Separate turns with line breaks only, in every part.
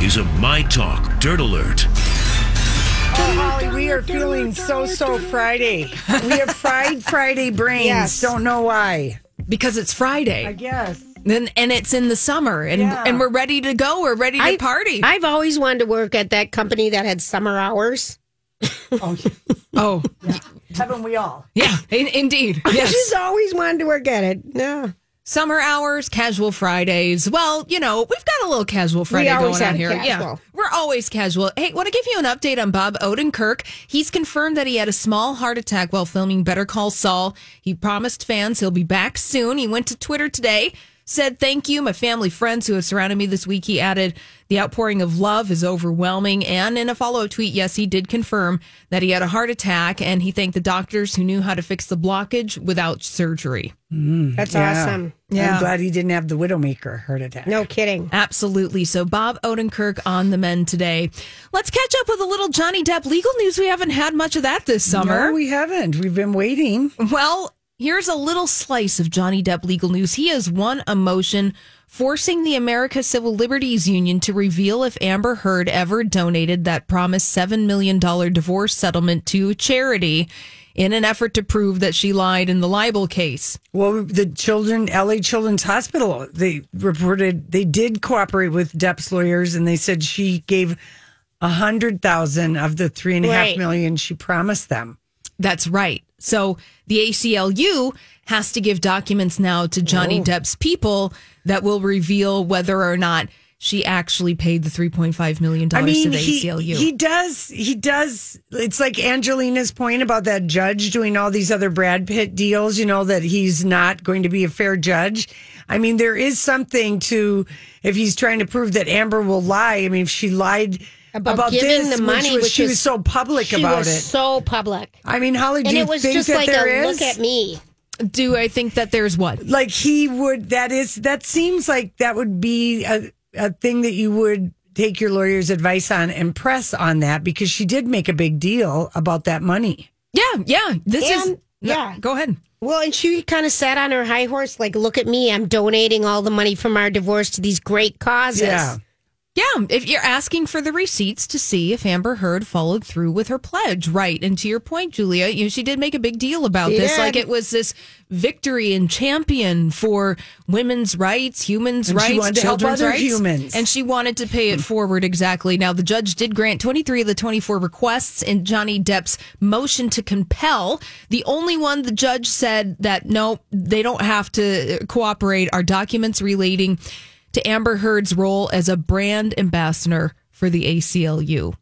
is a My Talk Dirt Alert.
Oh, Holly, we are feeling so so Friday.
We have fried Friday brains.
Yes.
Don't know why.
because it's Friday.
I guess.
Then and it's in the summer and
Yeah.
and we're ready to go. We're ready to
I-
party.
I've always wanted to work at that company that had summer hours.
oh
Haven't we all?
yeah, in, indeed.
I
Yes,
just always wanted to work at it. Yeah.
summer hours, casual Fridays. Well, you know we've got a little casual Friday
always
going on
have
here. Yeah,
casual.
we're always casual. Hey, want to give you an update on Bob Odenkirk? He's confirmed that he had a small heart attack while filming Better Call Saul. He promised fans he'll be back soon. He went to Twitter today. Said thank you, my family, friends who have surrounded me this week. He added, The outpouring of love is overwhelming. And in a follow up tweet, yes, he did confirm that he had a heart attack and he thanked the doctors who knew how to fix the blockage without surgery.
That's awesome.
I'm glad he didn't have the Widowmaker heart attack.
No kidding.
Absolutely. So Bob Odenkirk on the men today. Let's catch up with a little Johnny Depp legal news. We haven't had much of that this summer.
No, we haven't. We've been waiting.
Well, here's a little slice of Johnny Depp legal news. He has won a motion forcing the America Civil Liberties Union to reveal if Amber Heard ever donated that promised $7 million divorce settlement to charity in an effort to prove that she lied in the libel case.
Well, the children, LA Children's Hospital, they reported they did cooperate with Depp's lawyers, and they said she gave a hundred thousand of the three and a half million
Right.
she promised them.
That's right. So the ACLU has to give documents now to Johnny
Oh.
Depp's people that will reveal whether or not she actually paid the $3.5 million
I mean,
to the
he,
ACLU.
he does. He does. It's like Angelina's point about that judge doing all these other Brad Pitt deals, you know, that he's not going to be a fair judge. I mean, there is something to if he's trying to prove that Amber will lie. I mean, if she lied about,
About giving
this,
the
which
money,
was-
which
she was,
was-
so public
she
about
was
it.
so public.
I mean, Holly, do
And
you
it was
think
just
that
like
there
a
is?
look at me.
Do I think that there's what?
Like he would. That is. That seems like that would be a a thing that you would take your lawyer's advice on and press on that because she did make a big deal about that money.
Yeah, yeah. This is
And-
no,
yeah.
Go ahead.
Well, and she kind of sat on her high horse, like, look at me. I'm donating all the money from our divorce to these great causes.
Yeah.
Yeah, if you're asking for the receipts to see if Amber Heard followed through with her pledge, right? And to your point, Julia, you know, she did make a big deal about
She
this,
did.
like it was this victory and champion for women's rights, humans'
And she
rights,
wanted to help
children's
other
rights,
humans.
and she wanted to pay it forward. Exactly. Now, the judge did grant 23 of the 24 requests in Johnny Depp's motion to compel. The only one the judge said that no, they don't have to uh, cooperate are documents relating to Amber Heard's role as a brand ambassador for the ACLU.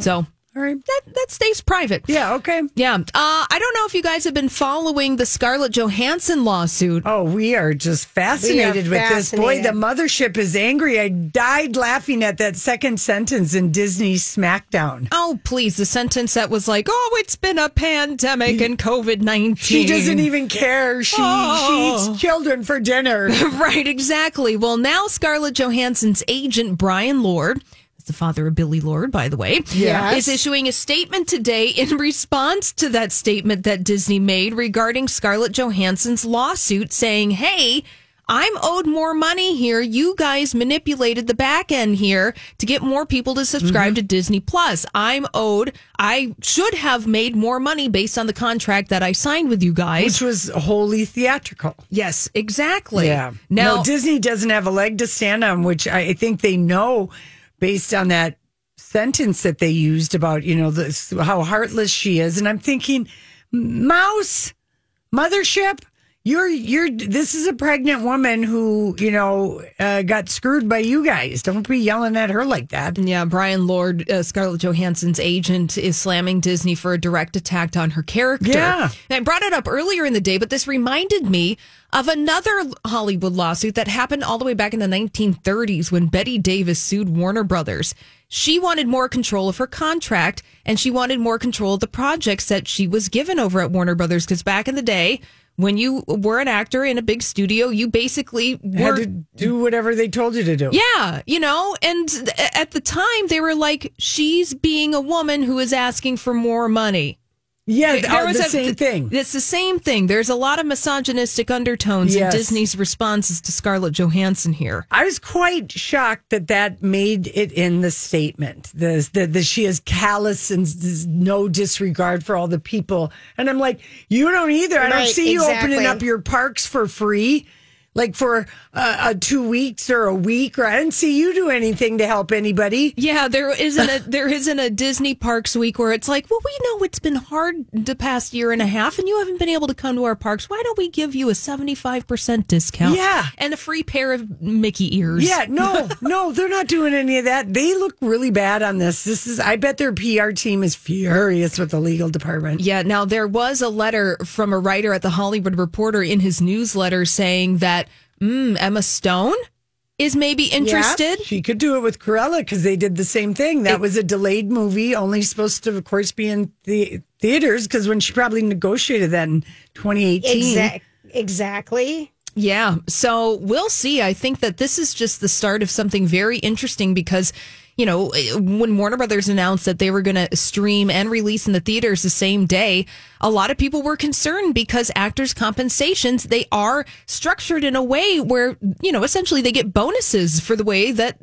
So
All right.
that, that stays private.
Hmm. Yeah. Okay.
Yeah. Uh, I don't know if you guys have been following the Scarlett Johansson lawsuit.
Oh, we are just fascinated with this. Boy, the
fascinated.
mothership is angry. I died laughing at that second sentence in Disney SmackDown.
Oh, please. The sentence that was like, oh, it's been a pandemic and COVID 19.
She doesn't even care. She, she
Oh.
eats children for dinner.
Right, exactly. Well, now Scarlett Johansson's agent, Brian Lord, that's the father of Billy Lord, by the way, is
Yes.
issuing a statement today in response to that statement that Disney made regarding Scarlett Johansson's lawsuit, saying, hey, I'm owed more money here. You guys manipulated the back end here to get more people to subscribe
Mm-hmm.
to Disney Plus. I'm owed. I should have made more money based on the contract that I signed with you guys.
Which was wholly theatrical.
yes, exactly.
No,
Now,
Disney doesn't have a leg to stand on, which I think they know based on that sentence that they used about, you know, this, how heartless she is. And I'm thinking, Mouse, mothership, you're, you're, this is a pregnant woman who, you know, uh, got screwed by you guys. Don't be yelling at her like that.
Yeah, Brian Lord, uh, Scarlett Johansson's agent, is slamming Disney for a direct attack on her character.
Yeah.
And I brought it up earlier in the day, but this reminded me of another Hollywood lawsuit that happened all the way back in the 1930s when Betty Davis sued Warner Brothers. She wanted more control of her contract and she wanted more control of the projects that she was given over at Warner Brothers because back in the day, when you were an actor in a big studio, you basically
Had
were
to do whatever they told you to do.
yeah, you know, and th- at the time they were like, she's being a woman who is asking for more money.
Yeah,
There
oh,
was
the
a-
same thing.
It's the same thing. There's a lot of misogynistic undertones in
Yes.
Disney's responses to Scarlett Johansson here.
I was quite shocked that that made it in the statement. The, the, the she is callous and s- no disregard for all the people. And I'm like, you don't either. I don't
Right,
see you
exactly.
opening up your parks for free, like for uh, uh, two weeks or a week. Or I didn't see you do anything to help anybody.
Yeah, there isn't a there isn't a Disney Parks week where it's like, well, we know it's been hard the past year and a half, and you haven't been able to come to our parks. Why don't we give you a seventy five percent discount?
Yeah.
and a free pair of Mickey ears.
Yeah, no, no, they're not doing any of that. They look really bad on this. This is, I bet their PR team is furious with the legal department.
Yeah, now there was a letter from a writer at the Hollywood Reporter in his newsletter saying that mm, Emma Stone is maybe interested.
She could do it with Corella because they did the same thing. That was a delayed movie, only supposed to, of course, be in the theaters because when she probably negotiated that in 2018.
Exac- exactly.
Yeah. So we'll see. I think that this is just the start of something very interesting because, you know, when Warner Brothers announced that they were going to stream and release in the theaters the same day, a lot of people were concerned because actors' compensations, they are structured in a way where, you know, essentially they get bonuses for the way that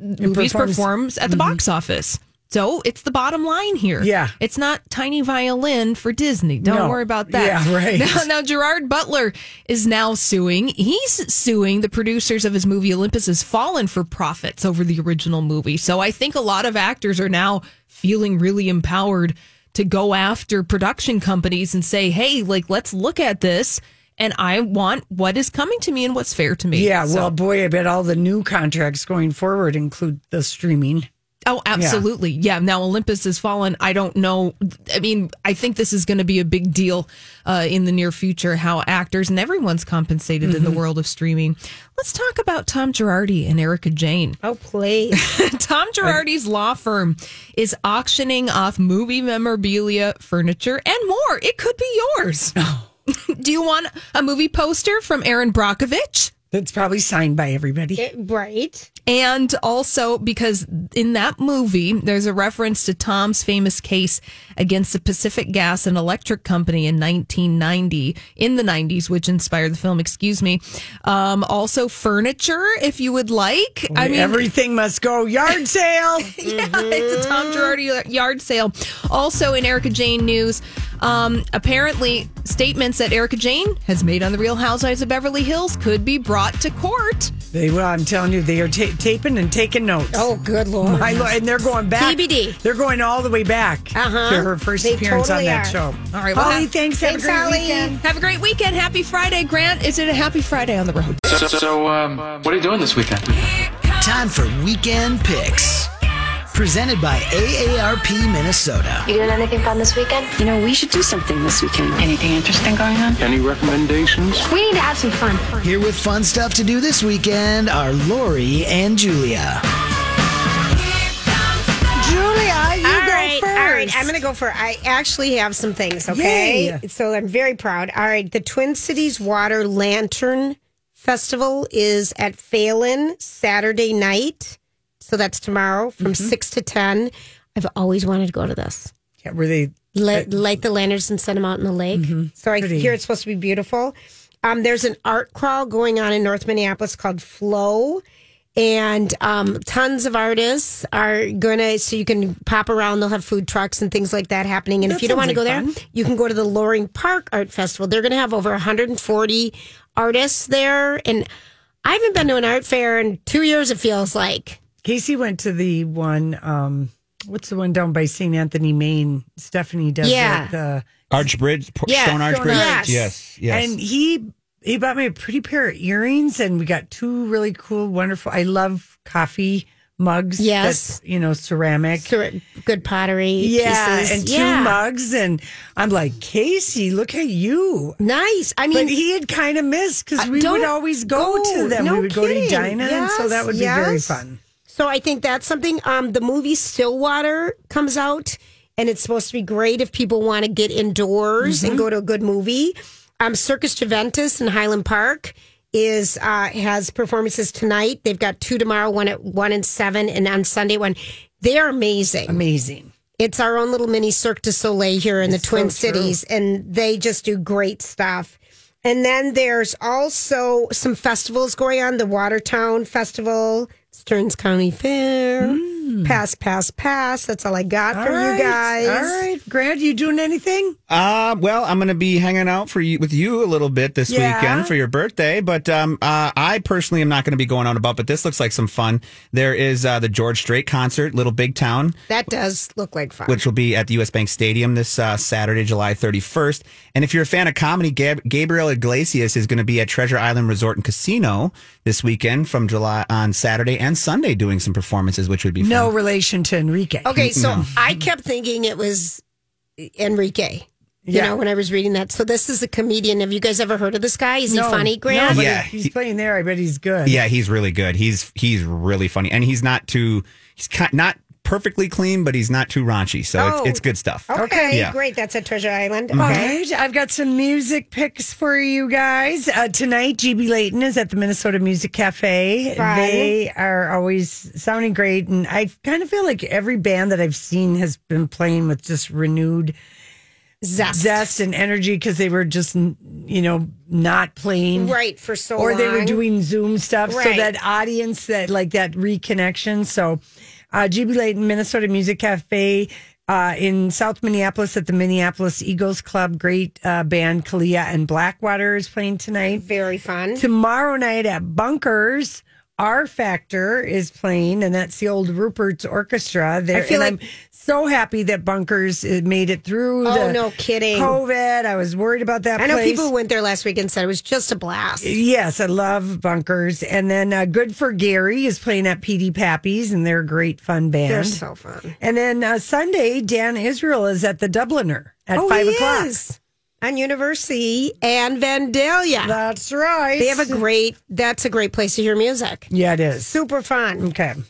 performs.
movies
Mm-hmm.
performs at the box office. So it's the bottom line here.
Yeah.
It's not tiny violin for Disney. Don't
No.
worry about that.
Yeah, right.
Now, now Gerard Butler is now suing. He's suing the producers of his movie Olympus Has Fallen for profits over the original movie. So I think a lot of actors are now feeling really empowered to go after production companies and say, "Hey, like let's look at this and I want what is coming to me and what's fair to me."
Yeah,
So-
well, boy, I bet all the new contracts going forward include the streaming.
Oh, absolutely. Yeah. Now Olympus has fallen. I don't know. I mean, I think this is going to be a big deal uh, in the near future. How actors and everyone's compensated in the world of streaming. Let's talk about Tom Girardi and Erica Jane.
Oh, please.
Tom Girardi's law firm is auctioning off movie memorabilia, furniture, and more. It could be yours. Do you want a movie poster from Aaron Brockovich?
That's probably signed by everybody.
right.
And also because in that movie, there's a reference to Tom's famous case against the Pacific Gas and Electric Company in 1990, in the 90s, which inspired the film, excuse me. Um, also furniture, if you would like. I mean,
Everything must go yard sale.
yeah, it's a Tom Girardi yard sale. Also in Erica Jane news, um, apparently statements that Erica Jane has made on The Real Housewives of Beverly Hills could be brought to court.
they, well, I'm telling you, they are ta- taping and taking notes.
Oh, good lord.
My lord, and they're going back.
TBD.
They're going all the way back
Uh-huh.
to her first
They
appearance
totally
on that
are.
show.
All right, well,
Holly,
have-
thanks. Have
Thanks,
a great
Holly.
weekend.
Have a great weekend. Happy Friday, Grant. Is it a happy Friday on the road?
So, so um, what are you doing this weekend?
Time for weekend picks. Presented by AARP Minnesota.
You doing anything fun this weekend?
You know, we should do something this weekend. Anything interesting going on?
Any recommendations?
We need to have some fun.
Here with fun stuff to do this weekend are Lori and Julia.
Julia, you
All
go
right,
first.
all right. I'm going to go for. I actually have some things. Okay,
Yay.
so I'm very proud. All right, the Twin Cities Water Lantern Festival is at Phelan Saturday night. So that's tomorrow from
Mm-hmm.
six to ten. I've always wanted to go to this.
Yeah, were they?
Light, light the lanterns and send them out in the lake.
Mm-hmm.
So I hear it's supposed to be beautiful. Um, there's an art crawl going on in North Minneapolis called Flow, and um, tons of artists are gonna. So you can pop around. They'll have food trucks and things like that happening. And if you don't want to go there, you can go to the Loring Park Art Festival. They're gonna have over 140 artists there, and I haven't been to an art fair in two years. It feels like.
Casey went to the one. Um, what's the one down by St. Anthony, Maine? Stephanie does
Yeah.
it. The,
Arch Bridge, P-
Yeah,
Stone Arch
Stone
Bridge.
Arch.
Yes, yes.
And he he bought me a pretty pair of earrings, and we got two really cool, wonderful. I love coffee mugs.
Yes.
that's, you know, ceramic.
Sur- Good pottery.
yeah,
pieces.
and two
Yeah.
mugs, and I'm like, Casey, look at you.
Nice. I mean,
But he had kind of missed because
Uh,
we would
don't
always go,
go.
to them.
No
we would go to
kidding.
Edina, and so
Yes,
that would be very
yes.
fun.
So I think that's something. Um, the movie Stillwater comes out, and it's supposed to be great if people want to get indoors and go to a good movie. Um, Circus Juventus in Highland Park is uh, has performances tonight. They've got two tomorrow, one at one and seven, and on Sunday one. They are amazing.
Amazing.
It's our own little mini Cirque du Soleil here in the Twin Cities, and they just do great stuff. And then there's also some festivals going on the Watertown Festival, Stearns County Fair. Pass, pass, pass. That's all I got for
Hmm. All right,
you guys.
All right, Grant, you doing anything?
Uh, well, I'm going to be hanging out for you with you a little bit this
Yeah.
weekend for your birthday, but um, uh, I personally am not going to be going out about. But this looks like some fun. There is uh, the George Strait concert, Little Big Town,
That does look like fun.
which will be at the U.S. Bank Stadium this uh, Saturday, July 31st. And if you're a fan of comedy, Gab- Gabriel Iglesias is going to be at Treasure Island Resort and Casino this weekend from July on Saturday and Sunday, doing some performances, which would be
No
fun.
relation to Enrique.
Okay, so I kept thinking it was Enrique. You
Yeah.
know, when I was reading that. So this is a comedian. Have you guys ever heard of this guy? Is he funny, Grant?
No, but
Yeah,
he- he's
he-
playing there. I bet he's good.
Yeah, he's really good. He's he's really funny, and he's not too he's ki- not perfectly clean, but he's not too raunchy. So
Oh.
it's, it's good stuff.
Okay,
Yeah.
great. That's at Treasure Island.
Mm-hmm. All
Okay.
right, I've got some music picks for you guys. Uh, tonight, GB Layton is at the Minnesota Music Cafe.
Fun.
They are always sounding great. And I kind of feel like every band that I've seen has been playing with just renewed
Zest.
zest and energy because they were just, n- you know, not playing.
Right, for so
or they were
long.
doing Zoom stuff. So
Right.
that audience, that like that reconnection. So, uh, GB Layton, Minnesota Music Cafe. Uh, in South Minneapolis at the Minneapolis Eagles Club, great uh, band Kalia and Blackwater is playing tonight.
Very fun.
Tomorrow night at Bunkers, R Factor is playing, and that's the old Rupert's Orchestra. There,
I feel
and
like-
I'm so happy that Bunkers uh, made it through.
Oh,
the
no kidding.
COVID. I was worried about that.
I know
place.
people who went there last week and said it was just a blast.
Yes, I love bunkers. And then uh, Good for Gary is playing at PD Pappy's, and they're a great fun band.
They're so fun.
and then uh, Sunday, Dan Israel is at the Dubliner at
Oh,
five
he
o'clock.
is. On University and Vandalia.
That's right.
they have a great, that's a great place to hear music.
yeah, it is.
Super fun.
Okay.
All
Can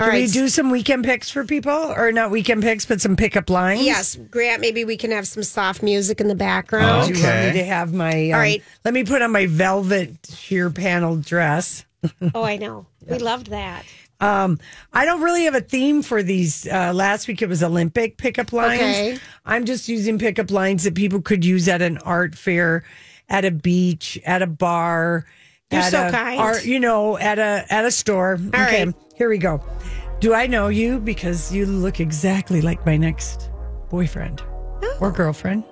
we
right.
do some weekend picks for people, or not weekend picks, but some pickup lines?
Yes, Grant, maybe we can have some soft music in the background.
Oh.
Do you want me
Okay.
to have my? Um,
All right.
Let me put on my velvet sheer panel dress.
Oh, I know. We loved that.
I don't really have a theme for these. Uh, last week it was Olympic pickup lines.
Okay.
I'm just using pickup lines that people could use at an art fair, at a beach, at a bar.
You're
at
so
a
kind.
art- you know, at a at a store. okay,
right.
here we go. Do I know you because you look exactly like my next boyfriend
Oh.
or girlfriend?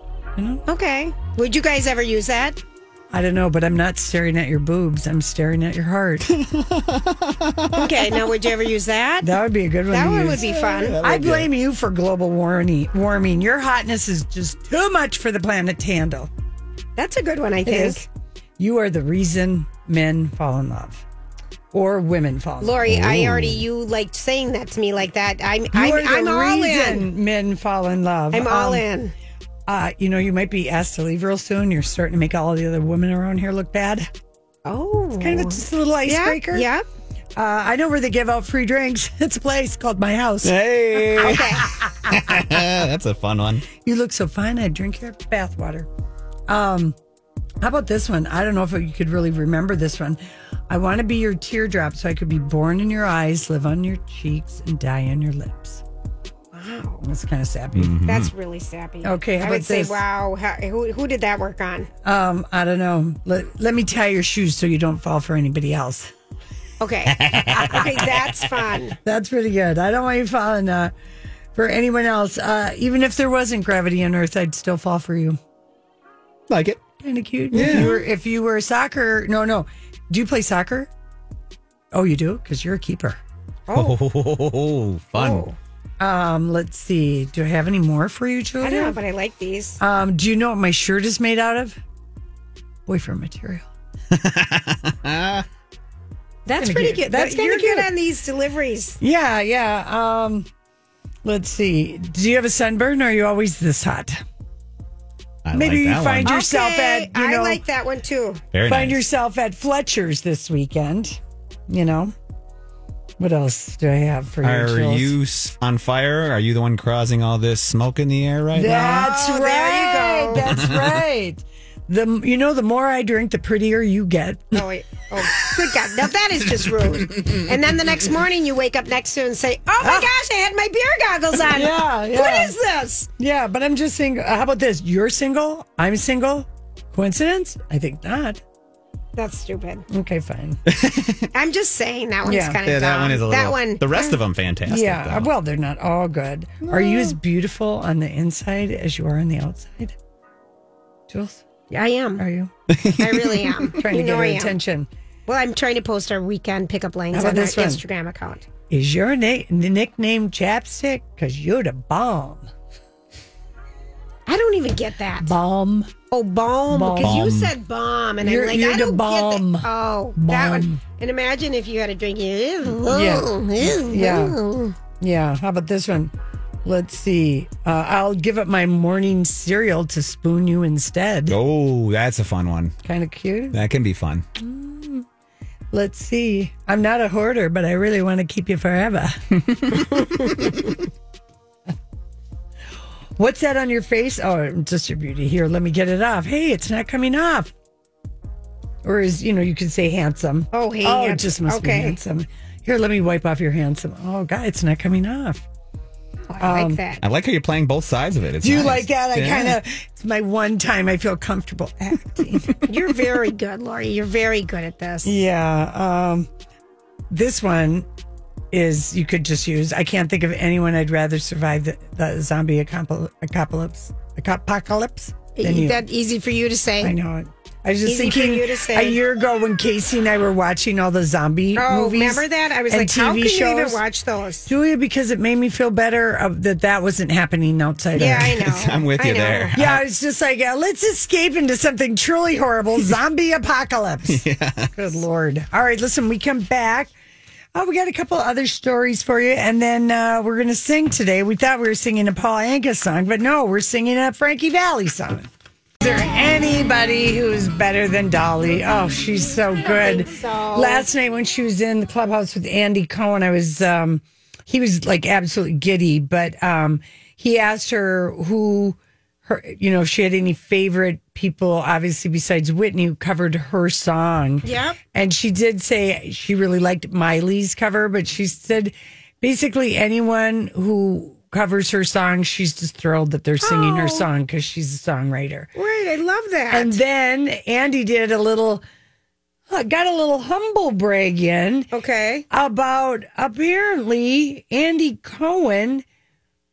Okay. Would you guys ever use that?
I don't know, but I'm not staring at your boobs. I'm staring at your heart.
Okay. now, would you ever use that?
that would be a good one.
That
to
one
use.
would be fun.
I blame you for global warming. Warming. Your hotness is just too much for the planet to handle.
That's a good one, I think.
You are the reason men fall in love, or women fall. in love.
Lori, I already you liked saying that to me like that. I'm I'm,
You are the
I'm all
reason
in.
men fall in love.
I'm all
Um,
in.
Uh, you know, you might be asked to leave real soon. You're starting to make all the other women around here look bad.
Oh,
Kind of a, just a little icebreaker.
Yeah.
Uh, I know where they give out free drinks. It's a place called My House.
Hey,
Okay.
that's a fun one.
You look so fine. I'd drink your bathwater. Um, how about this one? I don't know if you could really remember this one. I want to be your teardrop so I could be born in your eyes, live on your cheeks, and die on your lips. Wow. That's kind of sappy.
That's really sappy.
Okay, how
I would
about
say,
this?
wow, how, who, who did that work on?
Um, I don't know. Let, let me tie your shoes so you don't fall for anybody else.
Okay. okay, that's fun.
That's pretty good. I don't want you falling uh, for anyone else. Uh, even if there wasn't gravity on Earth, I'd still fall for you.
Like it.
Kind of cute. If you were if you were a soccer, no, no. Do you play soccer? Oh, you do because you're a keeper.
Oh, fun.
Um, let's see. Do I have any more for you,
I
children?
don't know, but I like these.
Um, do you know what my shirt is made out of? Boyfriend material.
That's
kinda
pretty
cute. That's
good. That's
kinda
You're good
cute.
on these deliveries.
Yeah, yeah. Um, let's see. Do you have a sunburn? Or are you always this hot?
I
Maybe you find
one.
Yourself
okay,
at, you know-
I like that one too.
Very
Find
nice.
yourself at Fletcher's this weekend. You know. What else do I have for you?
Are
Jules?
you s- on fire? Are you the one causing all this smoke in the air right now?
That's
Oh,
right.
there you go.
That's right. The you know the more I drink, the prettier you get.
Oh, wait. oh, good God. Now that is just rude. And then the next morning you wake up next to it and say, oh my gosh, I had my beer goggles on.
Ah. Yeah, yeah.
What is this?
Yeah, but I'm just saying. How about this? You're single. I'm single. Coincidence? I think not.
That's stupid.
Okay, fine.
I'm just saying that one's
Yeah.
kind of
Yeah, that
dumb.
one is a little.
That one.
The rest of them fantastic.
yeah.
though.
Well, they're not all good. Are you as beautiful on the inside as you are on the outside, Jules?
I am.
Are you
I really am.
trying
you
to get
know
her
I am.
attention?
Well, I'm trying to post our weekend pickup lines
How about
on our
this one?
Instagram account.
Is your na- nickname Chapstick? Because you're the bomb.
I don't even get that.
Bomb.
Oh, bomb. Because you
Bomb.
said bomb, and
You're-
I'm like,
you're
I
the
don't
bomb.
get that. Oh, that one.
Bomb.
And imagine if you had a drink. Yeah.
Yeah. Yeah. Yeah. How about this one? Let's see. Uh, I'll give up my morning cereal to spoon you instead.
Oh, that's a fun one.
Kind of cute.
That can be fun.
Let's see. I'm not a hoarder, but I really want to keep you forever. What's that on your face? Oh, just your beauty. Here, let me get it off. Hey, it's not coming off. Or is you know you could say handsome.
Oh, hey,
oh, it
handsome.
just must
Okay.
be handsome. Here, let me wipe off your handsome. Oh, God, it's not coming off.
I
Um,
like that.
I like how you're playing both sides of it. It's
Do you
nice.
like that? I
Yeah.
kind of. It's my one time I feel comfortable acting.
You're very good, Lori. You're very good at this.
yeah. Um, this one is you could just use. I can't think of anyone I'd rather survive the, the zombie acompo- apocalypse. Apocalypse. Than
Is
you.
that easy for you to say?
I know it. I was just
Easy for
thinking
you to say.
a year ago when Casey and I were watching all the zombie
Oh,
movies.
remember that? I was
and
like, how
TV
can you
shows.
even watch those?
Julia because it made me feel better of, that that wasn't happening outside.
Yeah,
our
I know.
I'm with
I
you
know.
there.
Yeah, it's just like uh, let's escape into something truly horrible, zombie apocalypse. Good lord! All right, listen, we come back. Oh, we got a couple other stories for you, and then uh, we're gonna sing today. We thought we were singing a Paul Anka song, but no, we're singing a Frankie Valley song. Is there anybody who's better than Dolly? Oh, she's so good. Last night when she was in the clubhouse with Andy Cohen, I was um, he was like absolutely giddy, but um, he asked her who her, you know, if she had any favorite people, obviously besides Whitney, who covered her song.
Yep.
And she did say she really liked Miley's cover, but she said basically anyone who covers her song, she's just thrilled that they're singing her song because she's a songwriter.
Right, I love that.
And then Andy did a little, uh, got a little humble brag in
okay.
about apparently Andy Cohen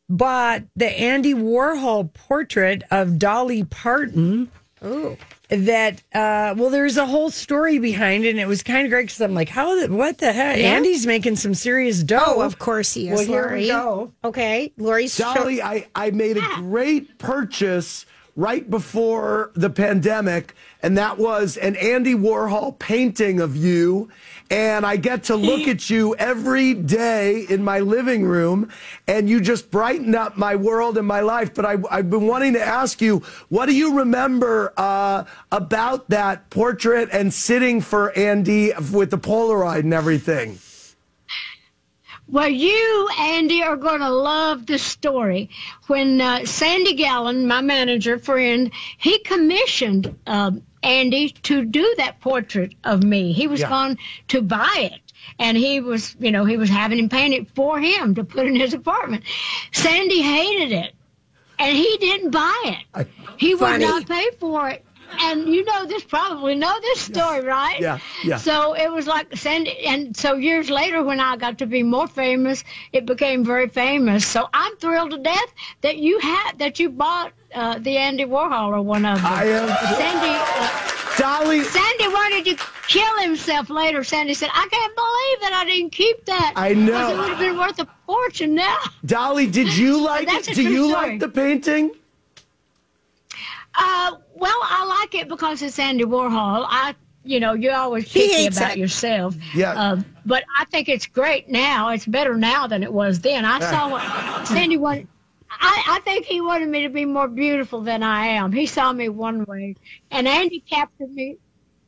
bought the Andy Warhol portrait of Dolly Parton.
Ooh.
That uh, well, there's a whole story behind it, and it was kind of great because I'm like, how? The, what the heck? Andy's making some serious dough.
Oh, of course he is,
Well, here
Lori.
we go.
Okay, Lori's show- Ah.
Dolly, I, I made a great purchase right before the pandemic, and that was an Andy Warhol painting of you. And I get to look at you every day in my living room, and you just brighten up my world and my life. But I, I've been wanting to ask you, what do you remember uh, about that portrait and sitting for Andy with the Polaroid and everything?
Well, you, Andy, are going to love the story. When uh, Sandy Gallen, my manager friend, he commissioned um Andy to do that portrait of me. He was
Yeah.
going to buy it. And he was, you know, he was having him paint it for him to put in his apartment. Sandy hated it. And he didn't buy it. he would
Funny.
not pay for it. And you know this probably know this story, right?
Yeah, yeah.
So it was like Sandy, and so years later, when I got to be more famous, it became very famous. So I'm thrilled to death that you had that you bought uh, the Andy Warhol or one of them.
I am
Sandy, uh,
Dolly.
Sandy wanted to kill himself later. Sandy said, "I can't believe that I didn't keep that.
I know.
because it would have been worth a fortune now."
Dolly, did you like
That's
it?
a
Do
true
you
story.
like the painting?
Uh, well, I like it because it's Andy Warhol. I, you know, you're always
He
picky
hates
about
it.
yourself.
Yeah.
Uh, but I think it's great now. It's better now than it was then. I saw what Sandy wanted. I, I think he wanted me to be more beautiful than I am. He saw me one way, and Andy captured me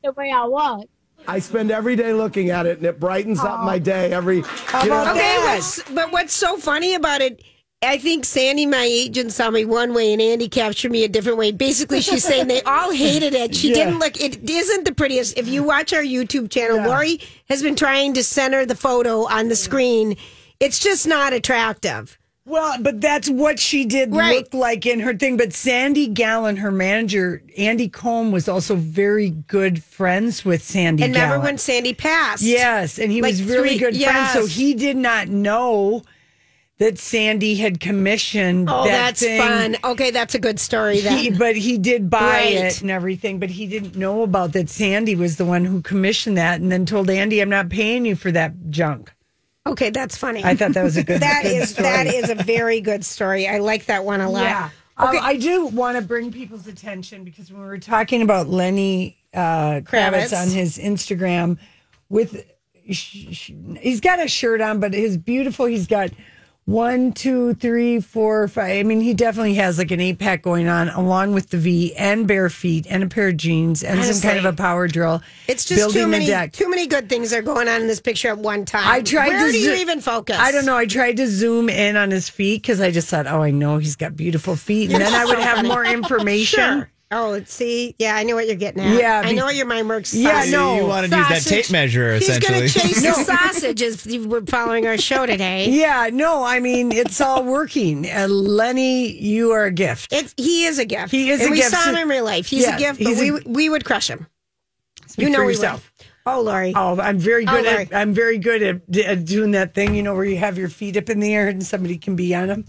the way I was.
I spend every day looking at it, and it brightens up my day every. You know,
Okay, what's, but what's so funny about it? I think Sandy, my agent, saw me one way and Andy captured me a different way. Basically, she's saying they all hated it. She
Yeah.
didn't look, it isn't the prettiest. If you watch our YouTube channel, Lori has been trying to center the photo on the screen. It's just not attractive.
Well, but that's what she did look like in her thing. But Sandy Gallen, her manager, Andy Combe, was also very good friends with Sandy
and remember
Gallen.
when Sandy passed?
Yes, and he was
Like
really
three-
good
yes.
friends. So he did not know that Sandy had commissioned.
Oh,
that
that's
thing.
fun. Okay, that's a good story then.
He- but he did buy
Right.
it and everything. But he didn't know about that. Sandy was the one who commissioned that, and then told Andy, "I'm not paying you for that junk."
Okay, that's funny.
I thought that was a good-
That
good
is-
story.
that is a very good story. I like that one a lot.
Yeah.
Okay.
Um, I do want to bring people's attention because when we were talking about Lenny uh, Kravitz.
Kravitz.
on his Instagram, with sh- sh- he's got a shirt on, but his beautiful. He's got one, two, three, four, five. I mean, he definitely has like an eight pack going on, along with the V and bare feet and a pair of jeans and some kind of
Honestly.
a power drill.
It's just
building
too
the
many
deck.
too many good things are going on in this picture at one time.
I tried
Where
to
do you
zo-
even focus?
I don't know. I tried to zoom in on his feet because I just thought, oh, I know he's got beautiful feet, and then I would
So
have
funny.
more information.
Sure. Oh, see, yeah, I know what you're getting at.
Yeah,
I
be-
know what your mind works.
Yeah,
sausage.
no. You
wanted to use that tape measure,
He's going to
essentially.
chase
No.
the sausage if you were following our show today.
Yeah, no, I mean it's all working. Uh, Lenny, you are a gift.
It's, he is a gift.
He is
and
a
we
gift.
saw him in real life. He's
Yeah,
a gift, but
he's
we
a-
we would crush him.
Speak
you know
for
we
yourself.
Would. Oh, Lori.
Oh, I'm very
Oh,
good
Lori.
at I'm very good at, d- at doing that thing, you know, where you have your feet up in the air and somebody can be on them.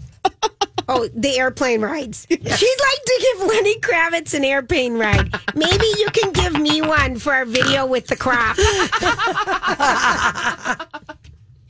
Oh, the airplane rides. She'd like to give Lenny Kravitz an airplane ride. Maybe you can give me one for our video with the crop. that'll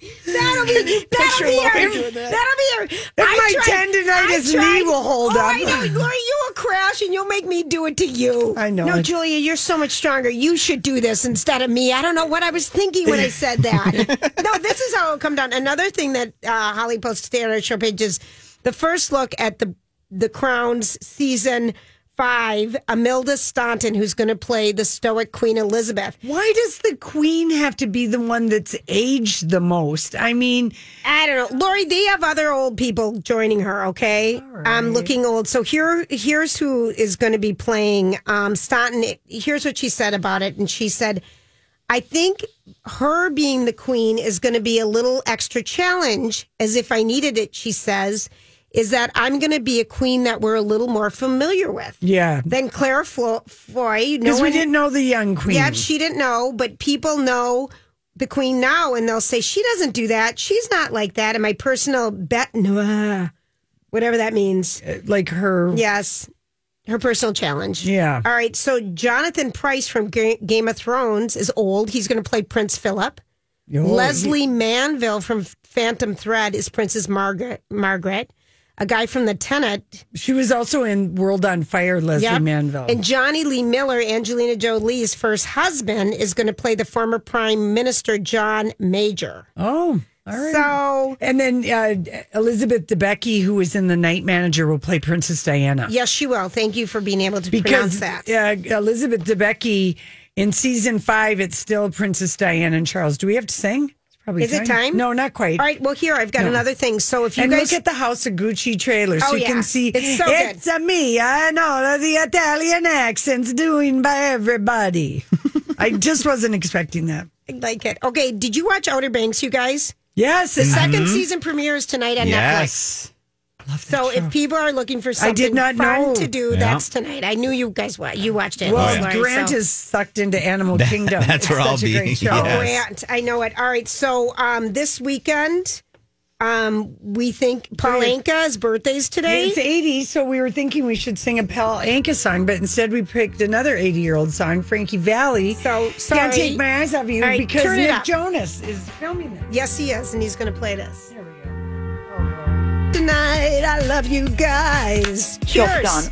be that'll
Picture
be our,
Lori
that'll
doing
be
that.
our.
If my tendonitis knee will hold
oh,
up.
I know, Lori, you will crash and you'll make me do it to you.
I know.
No, Julia, you're so much stronger. You should do this instead of me. I don't know what I was thinking when I said that. no, this is how it'll come down. Another thing that uh, Holly posted today on our show page is the first look at the the Crown's season five. Imelda Staunton, who's going to play the stoic Queen Elizabeth.
Why does the queen have to be the one that's aged the most? I mean,
I don't know, Lori. They have other old people joining her. Okay, I'm looking old. So here, here's who is going to be playing um, Staunton. Here's what she said about it, and she said, "I think her being the queen is going to be a little extra challenge, as if I needed it." She says, "Is that I'm going to be a queen that we're a little more familiar with
yeah,
than Claire Flo- Foy." No
because we
one-
didn't know the young queen.
Yep, she didn't know, but people know the queen now, and they'll say she doesn't do that. She's not like that. And my personal bet, whatever that means.
like her.
Yes, her personal challenge.
Yeah.
All right. So Jonathan Price from Ga- Game of Thrones is old. He's going to play Prince Philip.
Oh,
Leslie Manville from Phantom Thread is Princess Margaret. Margaret, a guy from The Tenant,
She was also in World on Fire, Leslie
Yep.
Manville.
And Johnny Lee Miller, Angelina Jolie's first husband, is going to play the former Prime Minister John Major.
oh, all right.
So,
and then uh, Elizabeth Debicki, who was in The Night Manager, will play Princess Diana.
yes, she will. Thank you for being able to
because
pronounce that.
Uh, Elizabeth Debicki in season five, it's still Princess Diana and Charles. Do we have to sing? It's probably
Is it time?
No, not quite.
All right. Well, here I've got
No.
another thing. So if you
and
guys
look at the House of Gucci trailer, so
Oh,
you
yeah.
can see
It's so good.
a me and all of the Italian accents doing by everybody. I just wasn't expecting that.
like it, okay. Did you watch Outer Banks, you guys?
Yes,
The
it's-
second season premieres tonight on
Yes.
Netflix. So if people are looking for something
did not
fun
know.
to do,
Yeah.
that's tonight. I knew you guys wa- you watched it.
Well,
Lori,
Grant
so-
is sucked into Animal Kingdom.
Oh, that's
It's
where I'll
such a great
be.
show.
Yes.
Grant. I know it. All right. So um, this weekend, um, we think Paulinka's birthday's today.
It's 80, so we were thinking we should sing a Pal Anka song, but instead we picked another 80 year old song, Frankie Valley.
So
Can't
sorry.
take my eyes off you
All right,
because
turn it
Nick
up.
Jonas is filming this.
Yes, he is, and he's going to play this. There we go. Tonight, I love you guys. Cheers.